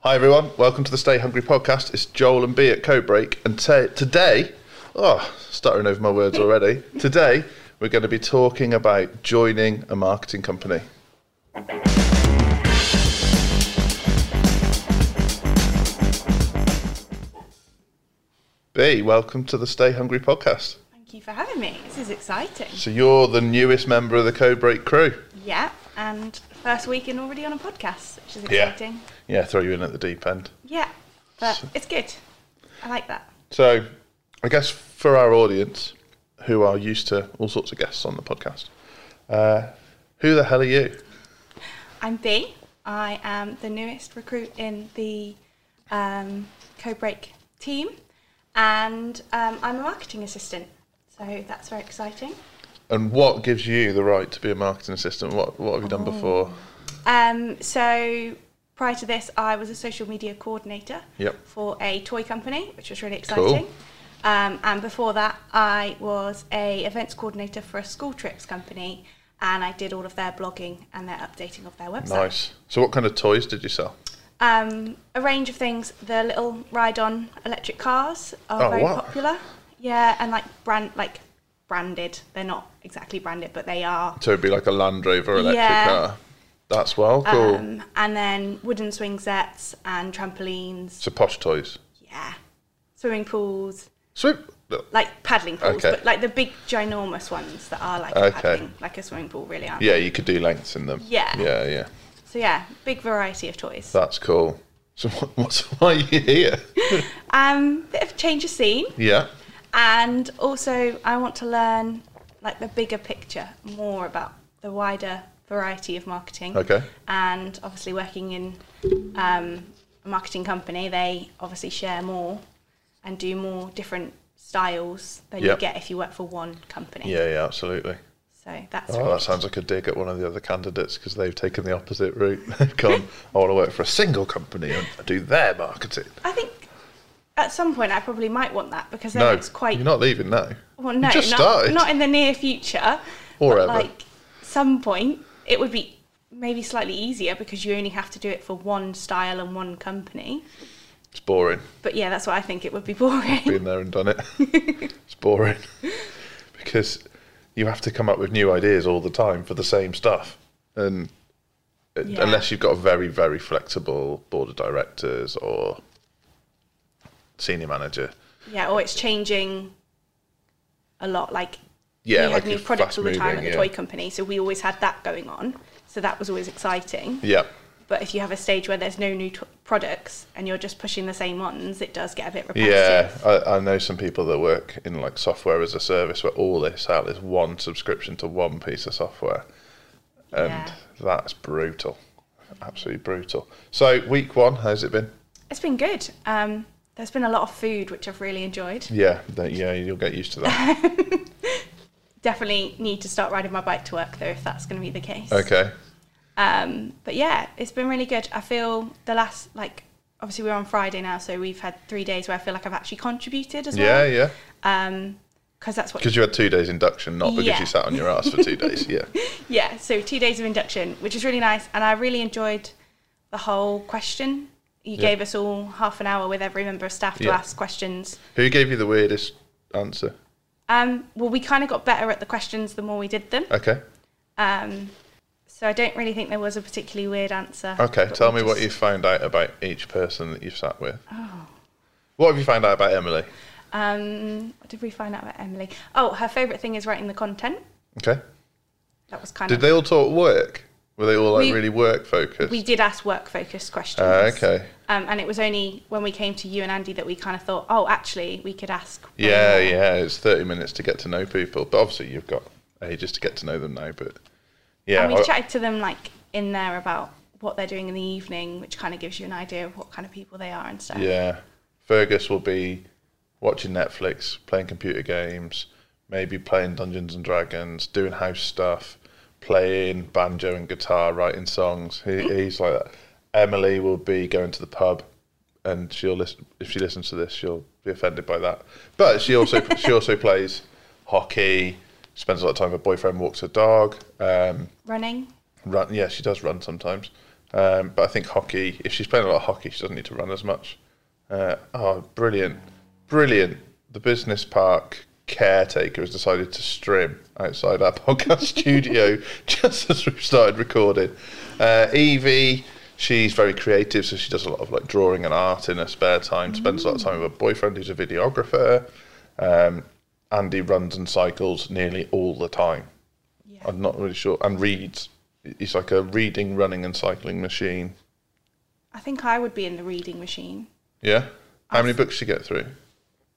Hi everyone, welcome to the Stay Hungry podcast. It's Joel and B at Code Break, and ta- today, oh, stuttering over my words already. today, we're going to be talking about joining a marketing company. B, welcome to the Stay Hungry podcast. Thank you for having me. This is exciting. So you're the newest member of the Code Break crew. Yeah, and first week and already on a podcast, which is Yeah. exciting. Yeah, throw you in at the deep end. Yeah, but it's good. I like that. So, I guess for our audience who are used to all sorts of guests on the podcast, uh, who the hell are you? I'm B. I am the newest recruit in the um, Code Break team, and um, I'm a marketing assistant. So that's very exciting. And what gives you the right to be a marketing assistant? What What have you done before? Um, so prior to this, I was a social media coordinator Yep. for a toy company, which was really Cool. exciting. Um, and before that, I was a events coordinator for a school trips company, and I did all of their blogging and their updating of their website. Nice. So, what kind of toys did you sell? Um, a range of things. The little ride-on electric cars are Oh, very wow. popular. Yeah, and like brand like branded. They're not exactly branded, but they are. So it'd be like a Land Rover electric Yeah. car. That's well cool. Um, and then wooden swing sets and trampolines. so posh toys. Yeah. Swimming pools, Swim. like paddling pools, Okay. but like the big ginormous ones that are like a Okay. paddling, like a swimming pool really are. Yeah, you could do lengths in them. Yeah. Yeah, yeah. So yeah, big variety of toys. That's cool. So, what, what's why are you here? Um, bit of change of scene, Yeah. and also I want to learn like the bigger picture, more about the wider variety of marketing. Okay. And obviously working in um, a marketing company, they obviously share more and do more different styles than Yep. you get if you work for one company. Yeah, yeah, absolutely. So that's Oh, that sounds like a dig at one of the other candidates because they've taken the opposite route. They've gone, I want to work for a single company and do their marketing. I think at some point I probably might want that because then No, it's quite you're not leaving now. well, You no, just not, started. not in the near future. Or but ever. like some point it would be maybe slightly easier because you only have to do it for one style and one company. It's boring. But yeah, that's what I think it would be boring. Been there and done it. it's boring because you have to come up with new ideas all the time for the same stuff, and it- Yeah. unless you've got a very very flexible board of directors or senior manager, yeah, or it's changing a lot. Like yeah, we like had new you're products all the time at fast-moving, the yeah. toy company, so we always had that going on. So that was always exciting. Yeah, But if you have a stage where there's no new t- products and you're just pushing the same ones, it does get a bit repetitive. Yeah, I, I know some people that work in like software as a service where all they sell is one subscription to one piece of software, and Yeah. that's brutal, absolutely brutal. So week one, how's it been? It's been good. Um, there's been a lot of food, which I've really enjoyed. Yeah, that, yeah, you'll get used to that. Definitely need to start riding my bike to work, though, if that's going to be the case. okay, Um, but yeah, it's been really good. I feel the last, like, obviously we're on Friday now, so we've had three days where I feel like I've actually contributed as yeah, well. yeah, Yeah. because that's what because you had two days induction, not because Yeah. you sat on your ass for two days. Yeah, yeah, so two days of induction, which is really nice, and I really enjoyed the whole question. You Yeah. gave us all half an hour with every member of staff to Yeah. ask questions. who gave you the weirdest answer? Um, well, we kind of got better at the questions the more we did them. Okay, Um, so I don't really think there was a particularly weird answer. okay, but tell me we'll what just- you found out about each person that you've sat with. Oh. What have you found out about Emily? Um, what did we find out about Emily? Oh, her favourite thing is writing the content. Okay. That was kind Did of. they all talk work? Were they all like We- really work focused? we did ask work focused questions. Ah, okay. Um, and it was only when we came to you and Andy that we kind of thought, oh, actually, we could ask. one yeah, more. yeah. It's thirty minutes to get to know people, but obviously you've got ages to get to know them now. But yeah, and we I- chatted to them like in there about what they're doing in the evening, which kind of gives you an idea of what kind of people they are and stuff. yeah. Fergus will be watching Netflix, playing computer games, maybe playing Dungeons and Dragons, doing house stuff, playing banjo and guitar, writing songs. He, he's like that. Emily will be going to the pub, and she'll listen. If she listens to this, she'll be offended by that. But she also she also plays hockey. Spends a lot of time. with Her boyfriend walks her dog. Um, Running. run. Yeah, she does run sometimes. Um, but I think hockey, if she's playing a lot of hockey, she doesn't need to run as much. Uh, oh, brilliant. Brilliant. The business park caretaker has decided to stream outside our podcast studio just as we've started recording. Uh, Evie, she's very creative, so she does a lot of like drawing and art in her spare time, spends a lot of time with her boyfriend who's a videographer. Um, Andy runs and cycles nearly all the time. Yeah. I'm not really sure. And reads. He's like a reading, running, and cycling machine. I think I would be in the reading machine. Yeah? How many books do you get through?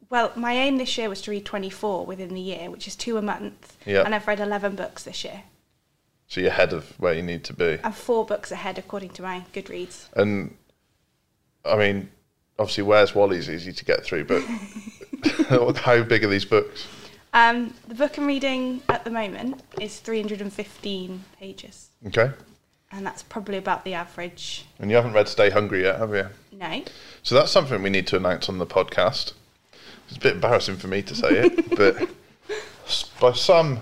Well, my aim this year was to read 24 within the year, which is two a month. Yeah. And I've read 11 books this year. So you're ahead of where you need to be. I'm four books ahead according to my Goodreads. And I mean, obviously, Where's Wally's easy to get through, but how big are these books? Um, the book I'm reading at the moment is 315 pages, Okay. and that's probably about the average. And you haven't read Stay Hungry yet, have you? No. So that's something we need to announce on the podcast. It's a bit embarrassing for me to say it, but s- by some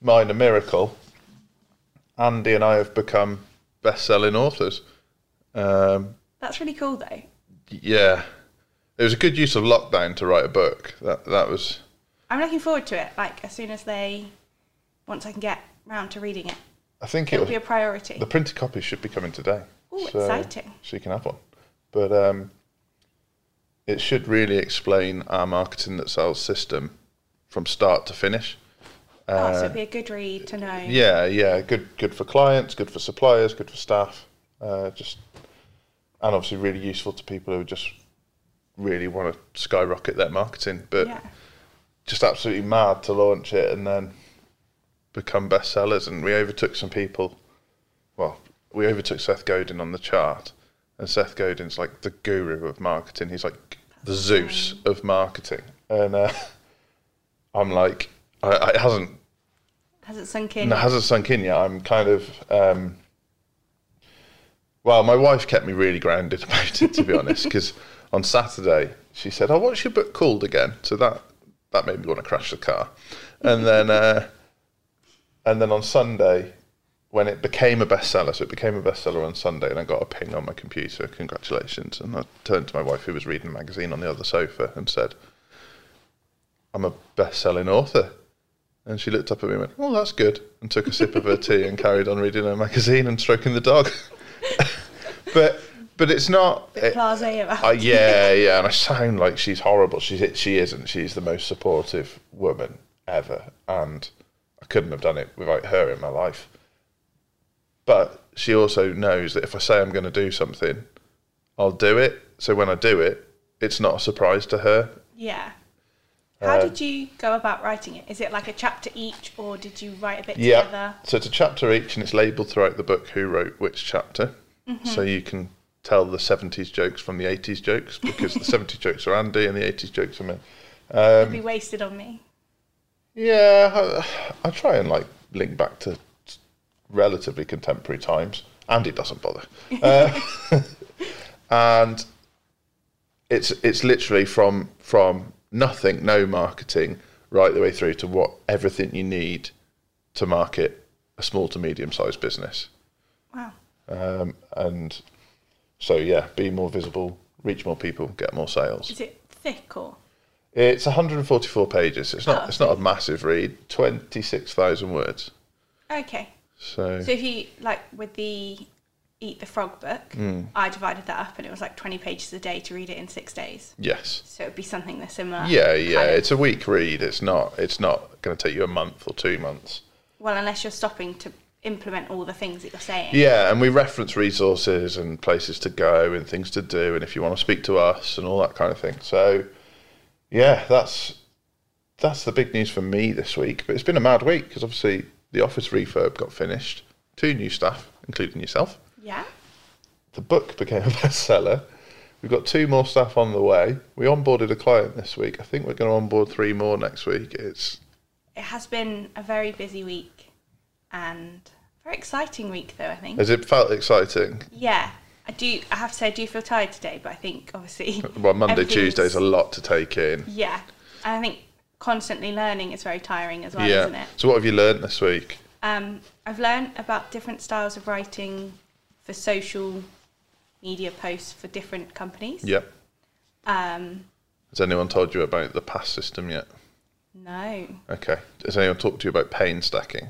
minor miracle, Andy and I have become best-selling authors. Um, That's really cool, though. yeah, it was a good use of lockdown to write a book. That that was I'm looking forward to it, like, as soon as they, once I can get round to reading it. I think It'll it'll, be a priority. the printed copies should be coming today. Ooh, exciting. So you can have one, but um, it should really explain our marketing that sells system from start to finish. oh, so it'll be a good read to know. uh, Yeah, yeah, good, good for clients, good for suppliers, good for staff. Uh, just and obviously really useful to people who just really want to skyrocket their marketing. But Yeah. just absolutely mad to launch it and then become bestsellers. And we overtook some people. Well, we overtook Seth Godin on the chart, and Seth Godin's like the guru of marketing. He's like the Zeus of marketing, and uh, I'm like, I, I it hasn't Hasn't sunk in. no, it hasn't sunk in yet. I'm kind of. Um, well, my wife kept me really grounded about it, to be honest, because on Saturday she said, "Oh, what's your book called again?" So that that made me want to crash the car, and then uh, and then on Sunday, when it became a bestseller, so it became a bestseller on Sunday, and I got a ping on my computer, congratulations, and I turned to my wife who was reading a magazine on the other sofa and said, "I'm a best-selling author." And she looked up at me and went, Oh, that's good. And took a sip of her tea and carried on reading her magazine and stroking the dog. but but it's not. Bit It, blasé about I, yeah, yeah. And I sound like she's horrible. She's, she isn't. She's the most supportive woman ever. And I couldn't have done it without her in my life. But she also knows that if I say I'm going to do something, I'll do it. So when I do it, it's not a surprise to her. Yeah. Uh, How did you go about writing it? Is it like a chapter each, or did you write a bit together? So it's a chapter each, and it's labelled throughout the book who wrote which chapter. So you can tell the 70s jokes from the 80s jokes because the 70s jokes are Andy and the 80s jokes are me. It'd Um, be wasted on me. Yeah, I, I try and like link back to relatively contemporary times. Andy doesn't bother, uh, and it's it's literally from from nothing, no marketing, right the way through to what everything you need to market a small to medium sized business. Wow. Um, and so yeah, be more visible, reach more people, get more sales. Is it thick or? It's 144 pages. It's not. Oh. It's not a massive read. 26,000 words. Okay. So So if you like with the Eat the Frog book, Hmm. I divided that up, and it was like twenty pages a day to read it in six days. yes. So it'd be something that's similar. Yeah, yeah. kind of- It's a week read. It's not. It's not going to take you a month or two months. well, unless you're stopping to implement all the things that you're saying. Yeah, and we reference resources and places to go and things to do, and if you want to speak to us and all that kind of thing. So, yeah, that's that's the big news for me this week. But it's been a mad week because obviously the office refurb got finished, two new staff, including yourself. Yeah. the book became a bestseller. We've got two more staff on the way. We onboarded a client this week. I think we're going to onboard three more next week. It's It has been a very busy week, and very exciting week though. I think. has it felt exciting? Yeah. I do. I have to say, I do feel tired today, but I think obviously. Well, Monday, everything's- Tuesday's a lot to take in. Yeah, and I think constantly learning is very tiring as well, isn't yeah. it? So what have you learned this week? Um, I've learned about different styles of writing for social media posts for different companies. Yep. Um, Has anyone told you about the pass system yet? no, Okay. Has anyone talked to you about pain stacking?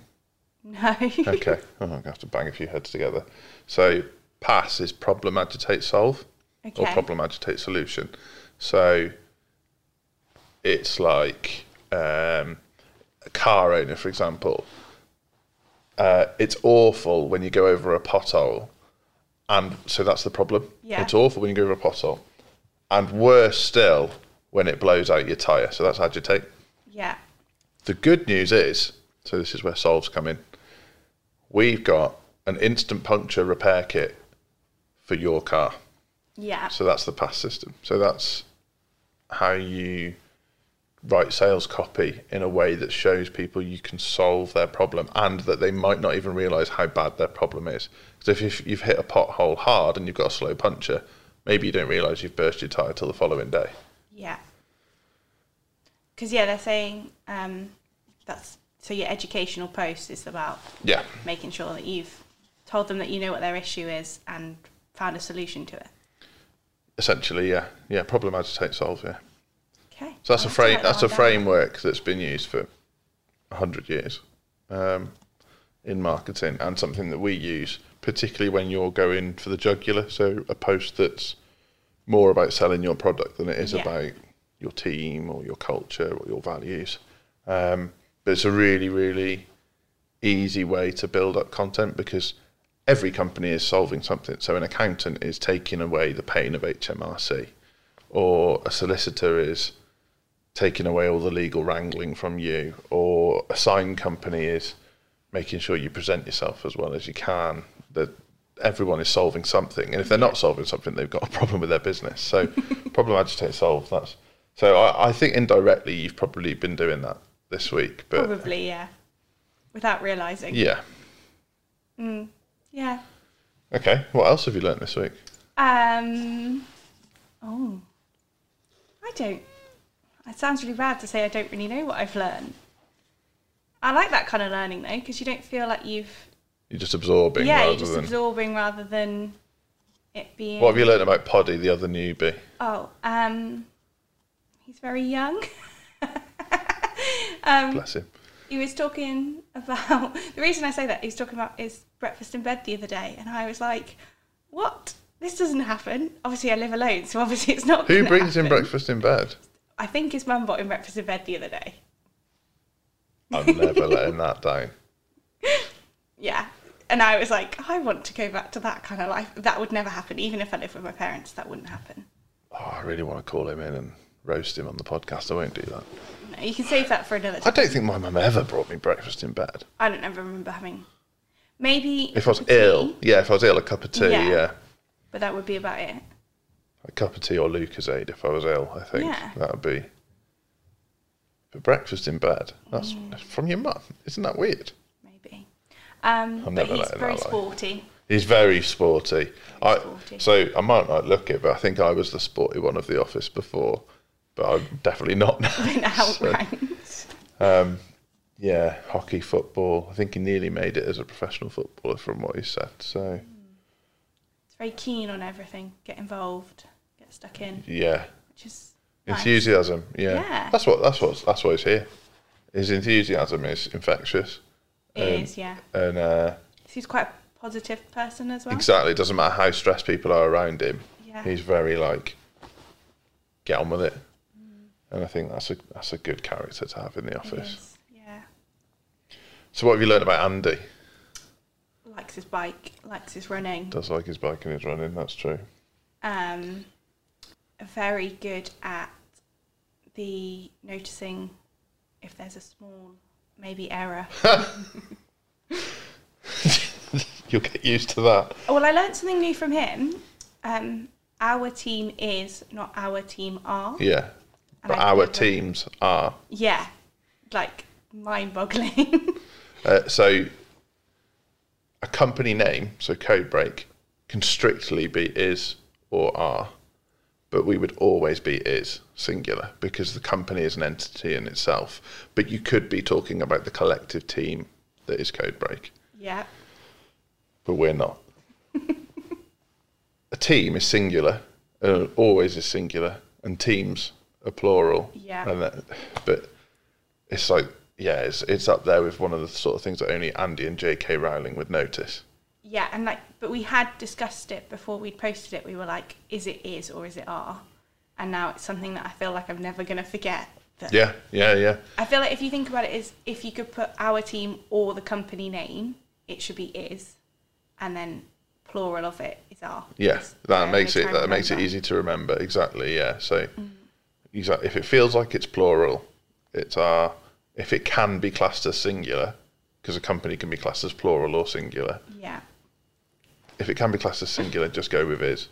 no. Okay. oh, I'm going to have to bang a few heads together. So, pass is problem, agitate, solve, or Okay. problem, agitate, solution. So, it's like um, a car owner, for example. Uh, it's awful when you go over a pothole. And so that's the problem. Yeah. It's awful when you go over a pothole. And worse still, when it blows out your tyre. So that's agitate. Yeah. The good news is, so this is where solves come in. We've got an instant puncture repair kit for your car. Yeah. So that's the pass system. So that's how you write sales copy in a way that shows people you can solve their problem and that they might not even realize how bad their problem is. Because if you've- you've hit a pothole hard and you've got a slow puncture, maybe you don't realize you've burst your tire till the following day. Yeah. Because yeah, they're saying um, that's so your educational post is about Yeah. making sure that you've told them that you know what their issue is and found a solution to it. Essentially, yeah. Yeah, problem agitate solve, yeah. Okay. So that's a I'll frame. write that That's a one Oh, down. framework that's been used for hundred years um, in marketing, and something that we use, particularly when you're going for the jugular. So a post that's more about selling your product than it is Yeah. about your team or your culture or your values. Um, but it's a really, really easy way to build up content because every company is solving something. So an accountant is taking away the pain of HMRC, or a solicitor is taking away all the legal wrangling from you, or a sign company is making sure you present yourself as well as you can. That everyone is solving something, and if they're not solving something, they've got a problem with their business. So, problem agitate solve. That's so. I, I think indirectly, you've probably been doing that this week, but Probably yeah, without realizing. yeah. yeah. Okay. What else have you learnt this week? Um. Oh, I don't. It sounds really bad to say I don't really know what I've learned. I like that kind of learning though, because you don't feel like you've You're just absorbing yeah, rather you're just than. absorbing rather than it being. what have you learnt about Poddy, the other newbie? Oh, um, he's very young. Um, Bless him. He was talking about the reason I say that he was talking about his breakfast in bed the other day, and I was like, "What? This doesn't happen." Obviously, I live alone, so obviously it's not. Who gonna brings him happen. breakfast in bed? I think his mum bought him breakfast in bed the other day. I'm never letting that down. Yeah. And I was like, I want to go back to that kind of life. That would never happen. Even if I lived with my parents, that wouldn't happen. Oh, I really want to call him in and roast him on the podcast. I won't do that. No, you can save that for another I time. don't think my mum ever brought me breakfast in bed. I don't ever remember having. Maybe. If I was cup of tea, ill, yeah, if I was ill, a cup of tea, yeah. Yeah. But that would be about it. A cup of tea or Lucasade if I was ill, I think. Yeah. That would be. But breakfast in bed, that's Mm. from your mum. Isn't that weird? Maybe. Um, I'm but never he's letting very that lie. sporty. He's very sporty. I, sporty. So I might not look it, but I think I was the sporty one of the office before, but I'm definitely not Been now. So, outranked. yeah, hockey, football. I think he nearly made it as a professional footballer from what he said. So He's very keen on everything. Get involved. Get stuck in. yeah, Which is. nice. enthusiasm. Yeah. Yeah. that's what that's what that's why he's here. His enthusiasm is infectious, Um, It is, yeah. and uh, He's quite a positive person as well. exactly, it doesn't matter how stressed people are around him. Yeah. He's very like, get on with it. And I think that's a that's a good character to have in the Mm. It office. is, Yeah. So what have you learned about Andy? likes his bike, likes his running, Does like his bike and his running. That's true. um, very good at the noticing if there's a small maybe error. You'll get used to that. Oh, well, I learned something new from him. Um, our team is not our team are. Yeah. And But I our never- teams are Yeah, like mind-boggling. Uh, so a company name, so code break, can strictly be is or are, but we would always be is singular because the company is an entity in itself. But you could be talking about the collective team that is code break, yeah, but we're not. a team is singular, uh, always is singular, and teams are plural. Yeah. And that, but it's like, yeah, it's, it's up there with one of the sort of things that only Andy and J.K. Rowling would notice. Yeah, and like, but we had discussed it before we'd posted it. We were like, is it is or is it are? And now it's something that I feel like I'm never going to forget. That Yeah, yeah, yeah. I feel like if you think about it, is if you could put our team or the company name, it should be is, and then plural of it is our. Yeah, that Yeah, makes they it try that and makes it remember. Mm. easy to remember. Exactly. Yeah. So, exact If it feels like it's plural, it's our. If it can be classed as singular, because a company can be classed as plural or singular. Yeah, If it can be classed as singular, just go with is,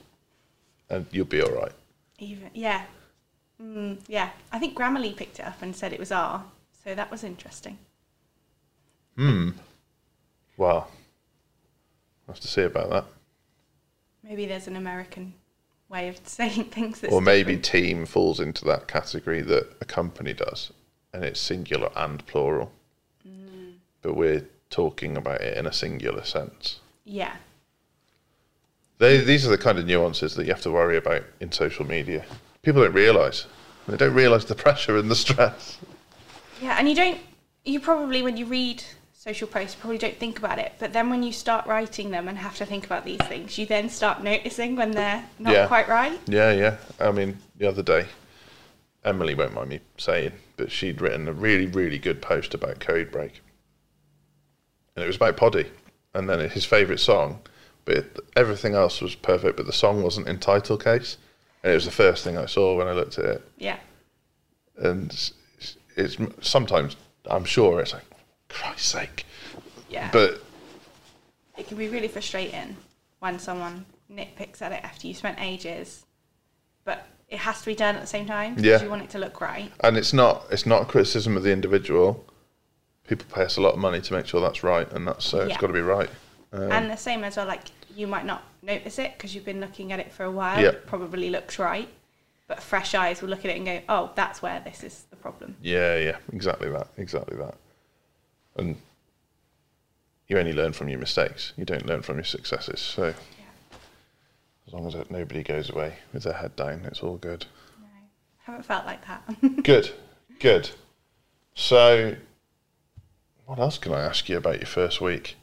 and you'll be all right. even yeah, mm, yeah. I think Grammarly picked it up and said it was our, so that was interesting. Wow. I have to see about that. Maybe there's an American way of saying things. That's or maybe different. team falls into that category that a company does, and it's singular and plural. But we're talking about it in a singular sense. yeah, They, these are the kind of nuances that you have to worry about in social media. People don't realise. They don't realise the pressure and the stress. yeah. And you don't. You probably when you read social posts, you probably don't think about it. But then when you start writing them and have to think about these things, you then start noticing when they're not Yeah. quite right. Yeah, yeah. I mean, the other day, Emily won't mind me saying, but she'd written a really, really good post about Code Break. And it was about Poddy and then his favourite song. But it, everything else was perfect, but the song wasn't in title case. And it was the first thing I saw when I looked at it. Yeah. And it's, it's sometimes, I'm sure, it's like, Christ's sake. Yeah. But it can be really frustrating when someone nitpicks at it after you spent ages, but it has to be done at the same time because Yeah. you want it to look right. and it's not it's not a criticism of the individual. People pay us a lot of money to make sure that's right, and that's so it's Yeah. got to be right. Um. and the same as well, like you might not notice it because you've been looking at it for a while. Yeah. It probably looks right, but fresh eyes will look at it and go, "Oh, that's where this is the problem." Yeah, yeah, exactly that, exactly that. And you only learn from your mistakes. You don't learn from your successes. So Yeah. as long as nobody goes away with their head down, it's all good. No, haven't felt like that. good, good. So, what else can I ask you about your first week?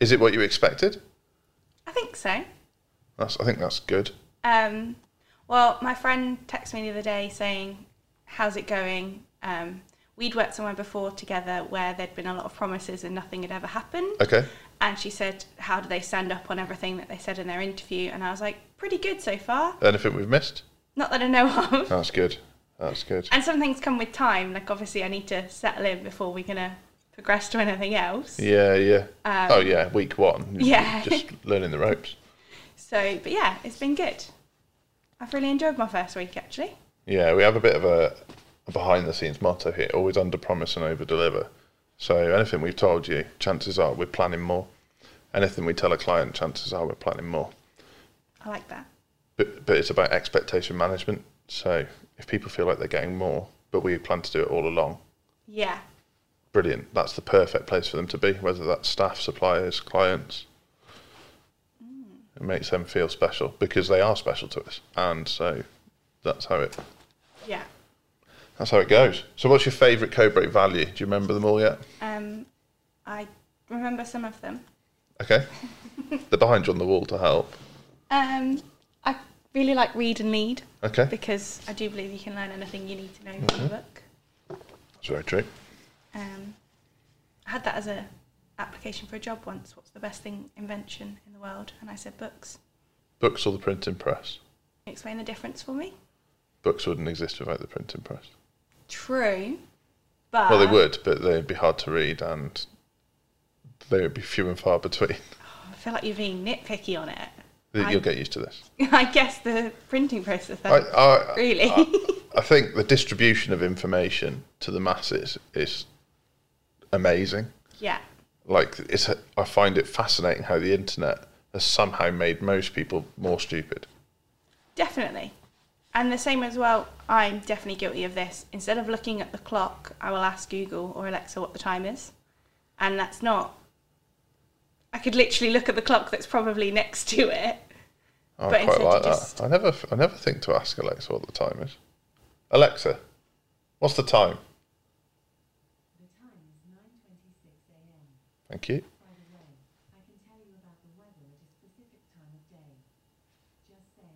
Is it what you expected? I think so. That's, I think that's good. Um, well, my friend texted me the other day saying, "How's it going?" Um, we'd worked somewhere before together where there'd been a lot of promises and nothing had ever happened. Okay. And she said, "How do they stand up on everything that they said in their interview?" And I was like, "Pretty good so far. Anything we've missed? Not that I know of." That's good. That's good. And some things come with time. Like obviously, I need to settle in before we're gonna progress to anything else. Yeah, yeah. Um, oh, yeah. Week one. Yeah. Just learning the ropes. So, but yeah, it's been good. I've really enjoyed my first week actually. Yeah, we have a bit of a, a behind the scenes motto here always under promise and over deliver. So anything we've told you, chances are we're planning more. Anything we tell a client, chances are we're planning more. I like that. But, but it's about expectation management. So if people feel like they're getting more, but we plan to do it all along, Yeah, brilliant. That's the perfect place for them to be, whether that's staff, suppliers, clients. It makes them feel special because they are special to us. And so that's how it yeah. That's how it goes. So, what's your favourite code break value? Do you remember them all yet? Um, I remember some of them. Okay. They're behind you on the wall to help. Um, I really like read and lead Okay. because I do believe you can learn anything you need to know Mm-hmm. from a book. That's very true. Um, I had that as a application for a job once. What's the best thing invention in the world? And I said books. Books or the printing press? Can you Explain the difference for me. Books wouldn't exist without the printing press. True, but Well, they would, but they'd be hard to read and they would be few and far between. I feel like you're being nitpicky on it. I- You'll get used to this. I guess the printing process. I, Then, I, really. I think the distribution of information to the masses is amazing. yeah. like it's I find it fascinating how the internet has somehow made most people more stupid. Definitely. And the same as well, I'm definitely guilty of this. Instead of looking at the clock, I will ask Google or Alexa what the time is. And that's not. I could literally look at the clock that's probably next to it I But quite instead like that. you just- I never, I never think to ask Alexa what the time is. Alexa, what's the time? The time is 9:26 a.m. Thank you. By the way, I can tell you about the weather at a specific time of day. Just say,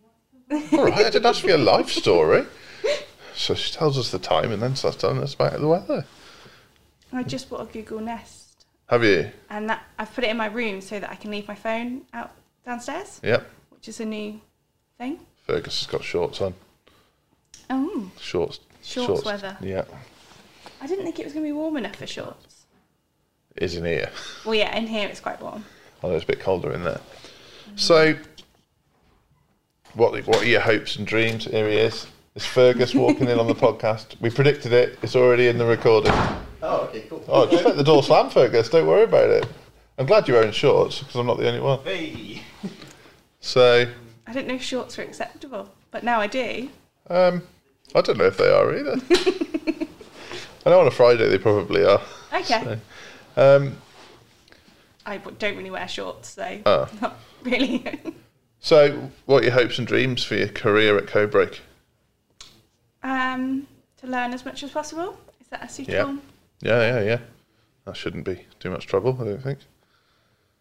"What's the weather?" All right, I didn't ask for your life story. So she tells us the time and then starts telling us about the weather. I just bought a Google Nest, Have you? and that I've put it in my room so that I can leave my phone out downstairs, Yep. which is a new thing. Fergus has got shorts on. Oh, Shorts. Shorts weather. Yeah. I didn't think it was going to be warm enough for shorts. It is in here. Well, yeah, in here it's quite warm. Although it's a bit colder in there. So, what what are your hopes and dreams? Here he is. It's Fergus walking in on the podcast. We predicted it. It's already in the recording. Oh, okay, cool. Oh, just let the door slam, Fergus. Don't worry about it. I'm glad you're wearing shorts because I'm not the only one. Hey! So, I didn't know if shorts were acceptable, but now I do. um, I don't know if they are either. I know on a Friday they probably are. Okay. Um, I w- don't really wear shorts, so Oh. not really. so, what are your hopes and dreams for your career at Codebreak? um, to learn as much as possible. Is that a suitable? Yeah. Yeah, yeah, yeah. That shouldn't be too much trouble, I don't think.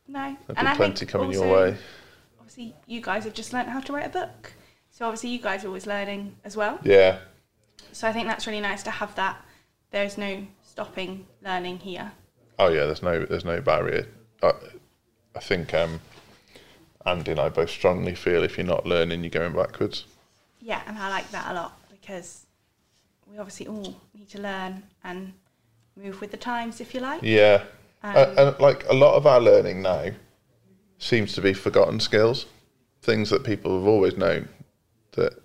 No. There'll be And I plenty think coming your also- way. Obviously, you guys have just learnt how to write a book. So obviously, you guys are always learning as well. Yeah. So I think that's really nice to have that. There is no stopping learning here. Oh yeah, there's no there's no barrier. I, I think um, Andy and I both strongly feel if you're not learning, you're going backwards. Yeah, and I like that a lot because we obviously all need to learn and move with the times, if you like. Yeah, Uh, Um, and, and like a lot of our learning now seems to be forgotten skills, things that people have always known. That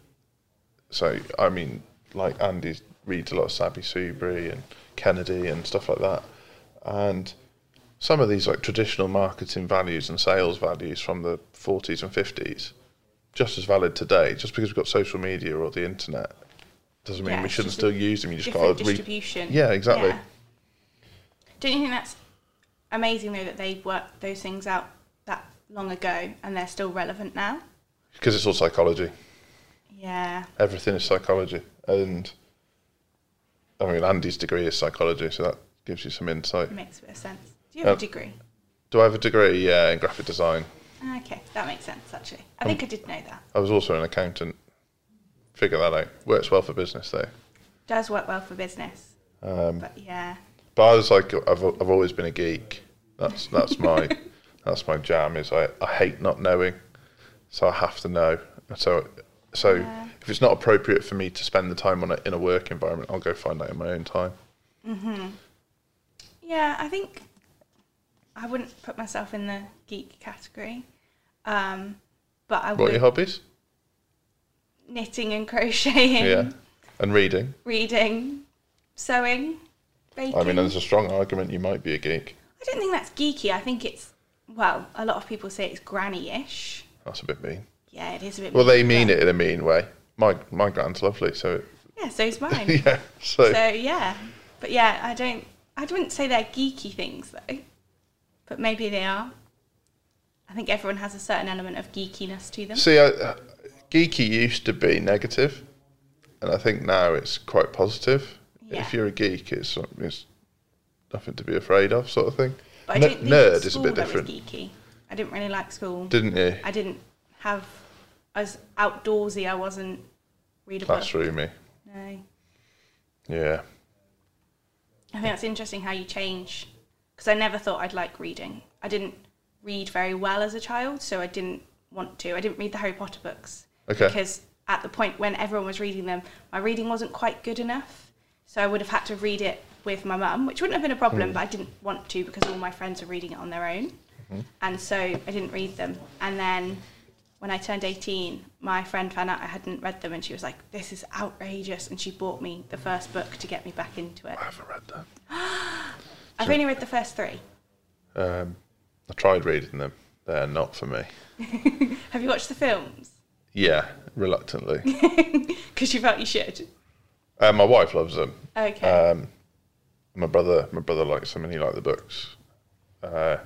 so I mean, like Andy reads a lot of Sabi Subri and Kennedy and stuff like that, and some of these like traditional marketing values and sales values from the 40s and 50s just as valid today. Just because we've got social media or the internet doesn't mean Yeah, we it's shouldn't just a still use them. You just got different to re- distribution. Yeah, exactly. Don't you think that's amazing though that they worked those things out that long ago and they're still relevant now? because it's all psychology. Yeah. everything is psychology and I mean Andy's degree is psychology so that gives you some insight It makes a bit of sense. Do you have Um, a degree? Ah, do I have a degree yeah in graphic design Okay, that makes sense actually. Um, I think I did know that. I was also an accountant figure that out works well for business though Does work well for business. um, But yeah. but I was like I've, I've always been a geek that's that's my that's my jam is I, I hate not knowing so I have to know so so Yeah. if it's not appropriate for me to spend the time on it in a work environment I'll go find out in my own time Yeah, I think I wouldn't put myself in the geek category. Um, but I what are your would hobbies knitting and crocheting, yeah and reading reading, sewing, baking. I mean, there's a strong argument you might be a geek. I don't think that's geeky. I think it's well, a lot of people say it's granny-ish. That's a bit mean. Yeah, it is a bit. Well, they mean mean, but- it in a mean way. My my grand's lovely, so Yeah, so's mine. yeah. So, so yeah, but yeah, I don't. I wouldn't say they're geeky things though, but maybe they are. I think everyone has a certain element of geekiness to them. see, I, uh, geeky used to be negative, and I think now it's quite positive. Yeah. If you're a geek, it's it's nothing to be afraid of, sort of thing. But I Ne- don't think nerd at is a school bit I was different, geeky. I didn't really like school. didn't you? I didn't have. I was outdoorsy. I wasn't read a book. Classroomy. No, I think Yeah. that's interesting how you change. Because I never thought I'd like reading. I didn't read very well as a child, so I didn't want to. I didn't read the Harry Potter books Okay. because at the point when everyone was reading them, my reading wasn't quite good enough. So I would have had to read it with my mum, which wouldn't have been a problem, but I didn't want to because all my friends were reading it on their own. And so I didn't read them. And then when I turned 18, my friend found out I hadn't read them and she was like, This is outrageous. And she bought me the first book to get me back into it. I haven't read that. I've only read the first three. Um, I tried reading them. They're not for me. Have you watched the films? Yeah, reluctantly. Because you felt you should. Uh, my wife loves them. Okay. Um, my brother, my brother likes them, and he liked the books. Uh,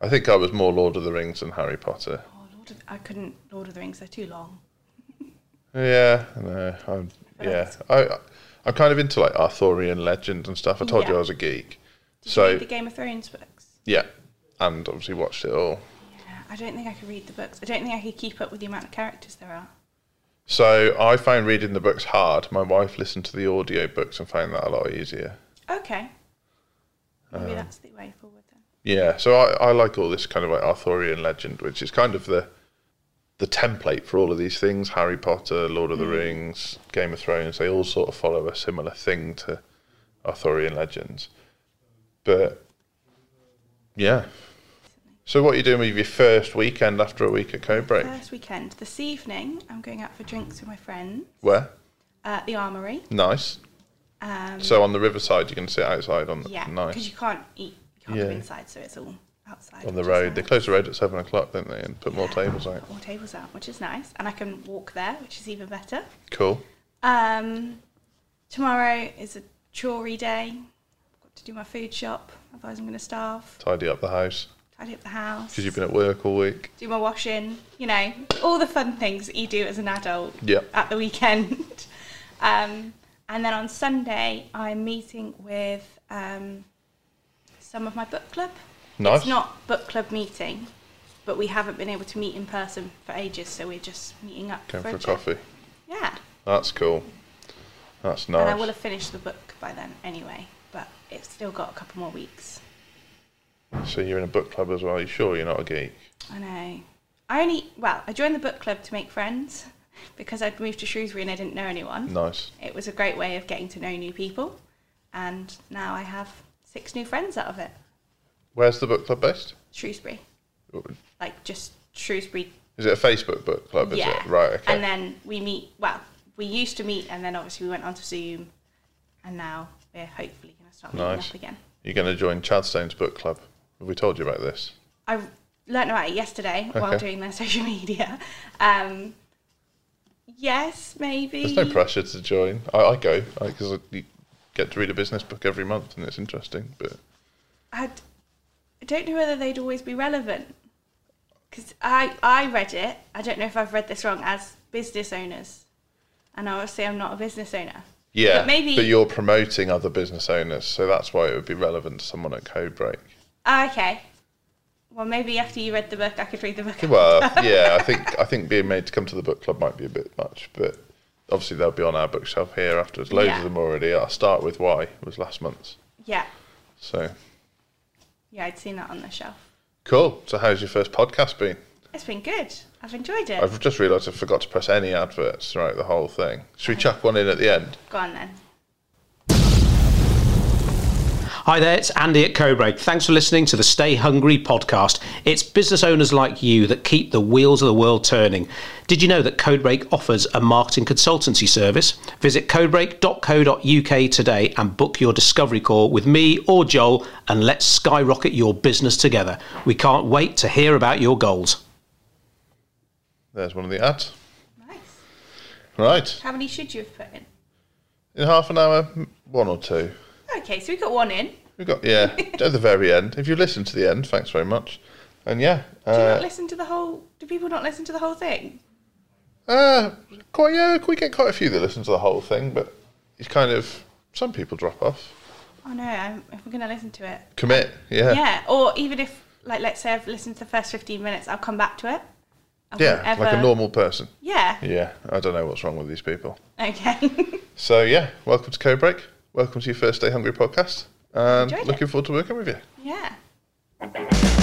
I think I was more Lord of the Rings than Harry Potter. oh, Lord Lord of, I couldn't Lord of the Rings. They're too long. Yeah, no, I'm, yeah. I, I'm kind of into like Arthurian legend and stuff. I told Yeah. you I was a geek, Did So- you read the Game of Thrones books? yeah, and obviously watched it all. Yeah, I don't think I could read the books. I don't think I could keep up with the amount of characters there are. So I found reading the books hard. My wife listened to the audio books and found that a lot easier. Okay. Maybe Uh, that's the way forward then. Yeah, so I, I like all this kind of like Arthurian legend, which is kind of the the template for all of these things. Harry Potter, Lord Hmm. of the Rings, Game of Thrones, they all sort of follow a similar thing to Arthurian legends. But yeah. So what are you doing with your first weekend after a week at Codebreak? First weekend. This evening, I'm going out for drinks with my friend Where? at the Armoury. Nice. Um, So on the riverside you can sit outside on yeah, because nice. you can't eat, you can't go Yeah. inside, so it's all outside. On the which is road. They nice. close the road at seven o'clock, don't they? And put more tables out. All tables out, which is nice, and I can walk there, which is even better. Cool. Um, tomorrow is a chory day. I've got to do my food shop, otherwise I'm going to starve. Tidy up the house. Tidy up the house. Because you've been at work all week. do my washing, you know, all the fun things that you do as an adult Yep. at the weekend. Um, and then on Sunday, I'm meeting with um, some of my book club. Nice. It's not book club meeting, but we haven't been able to meet in person for ages, so we're just meeting up Going for a chat. coffee. Yeah, That's cool. That's and I nice. will have finished the book by then anyway, but it's still got a couple more weeks. So you're in a book club as well. You sure you're not a geek? I know. I only well, I joined the book club to make friends because I'd moved to Shrewsbury and I didn't know anyone. Nice. It was a great way of getting to know new people, and now I have six new friends out of it. Where's the book club based? Shrewsbury, like just Shrewsbury. Is it a Facebook book club? Is yeah, it right? Okay. And then we meet. Well, we used to meet, and then obviously we went onto Zoom, and now we're hopefully going to start meeting Nice. up again. you're going to join Chadstone's book club. Have we told you about this? I learned about it yesterday while Okay. doing their social media. Um, yes, maybe. There's no pressure to join. I, I go because you get to read a business book every month, and it's interesting. But I'd, I don't know whether they'd always be relevant. Because I, I read it, I don't know if I've read this wrong, as business owners. And obviously, I'm not a business owner. yeah, But maybe- you're promoting other business owners, so that's why it would be relevant to someone at Codebreak. Ah, okay. Well, maybe after you read the book, I could read the book. Well, yeah, I think I think being made to come to the book club might be a bit much, but obviously they'll be on our bookshelf here afterwards. Loads Yeah. of them already. I'll start with why was last month's. Yeah. So Yeah, I'd seen that on the shelf. cool. So how's your first podcast been? It's been good. I've enjoyed it. I've just realised I forgot to press any adverts throughout the whole thing. Should we chuck one in at the end? Go on then. Hi there, it's Andy at Cobreak. Thanks for listening to the Stay Hungry podcast. It's business owners like you that keep the wheels of the world turning. Did you know that Codebreak offers a marketing consultancy service? Visit codebreak.co.uk today and book your discovery call with me or Joel and let's skyrocket your business together. We can't wait to hear about your goals. There's one of the ads. Nice. Right. How many should you have put in? In half an hour, m- one or two. Okay, so we got one in. Do We got yeah at the very end. If you listen to the end, thanks very much. And yeah, you uh, not listen to the whole? Do people not listen to the whole thing? Uh, quite yeah, we get quite a few that listen to the whole thing, but it's kind of some people drop off. Oh no! I'm, if I'm going to listen to it, Commit, yeah, yeah or even if like let's say i've listened to the first 15 minutes i'll come back to it I Yeah, won't like ever- a normal person. yeah Yeah, I don't know what's wrong with these people. okay So yeah, welcome to Code Break. Welcome to your first day hungry podcast, and Enjoyed it. looking forward to working with you. yeah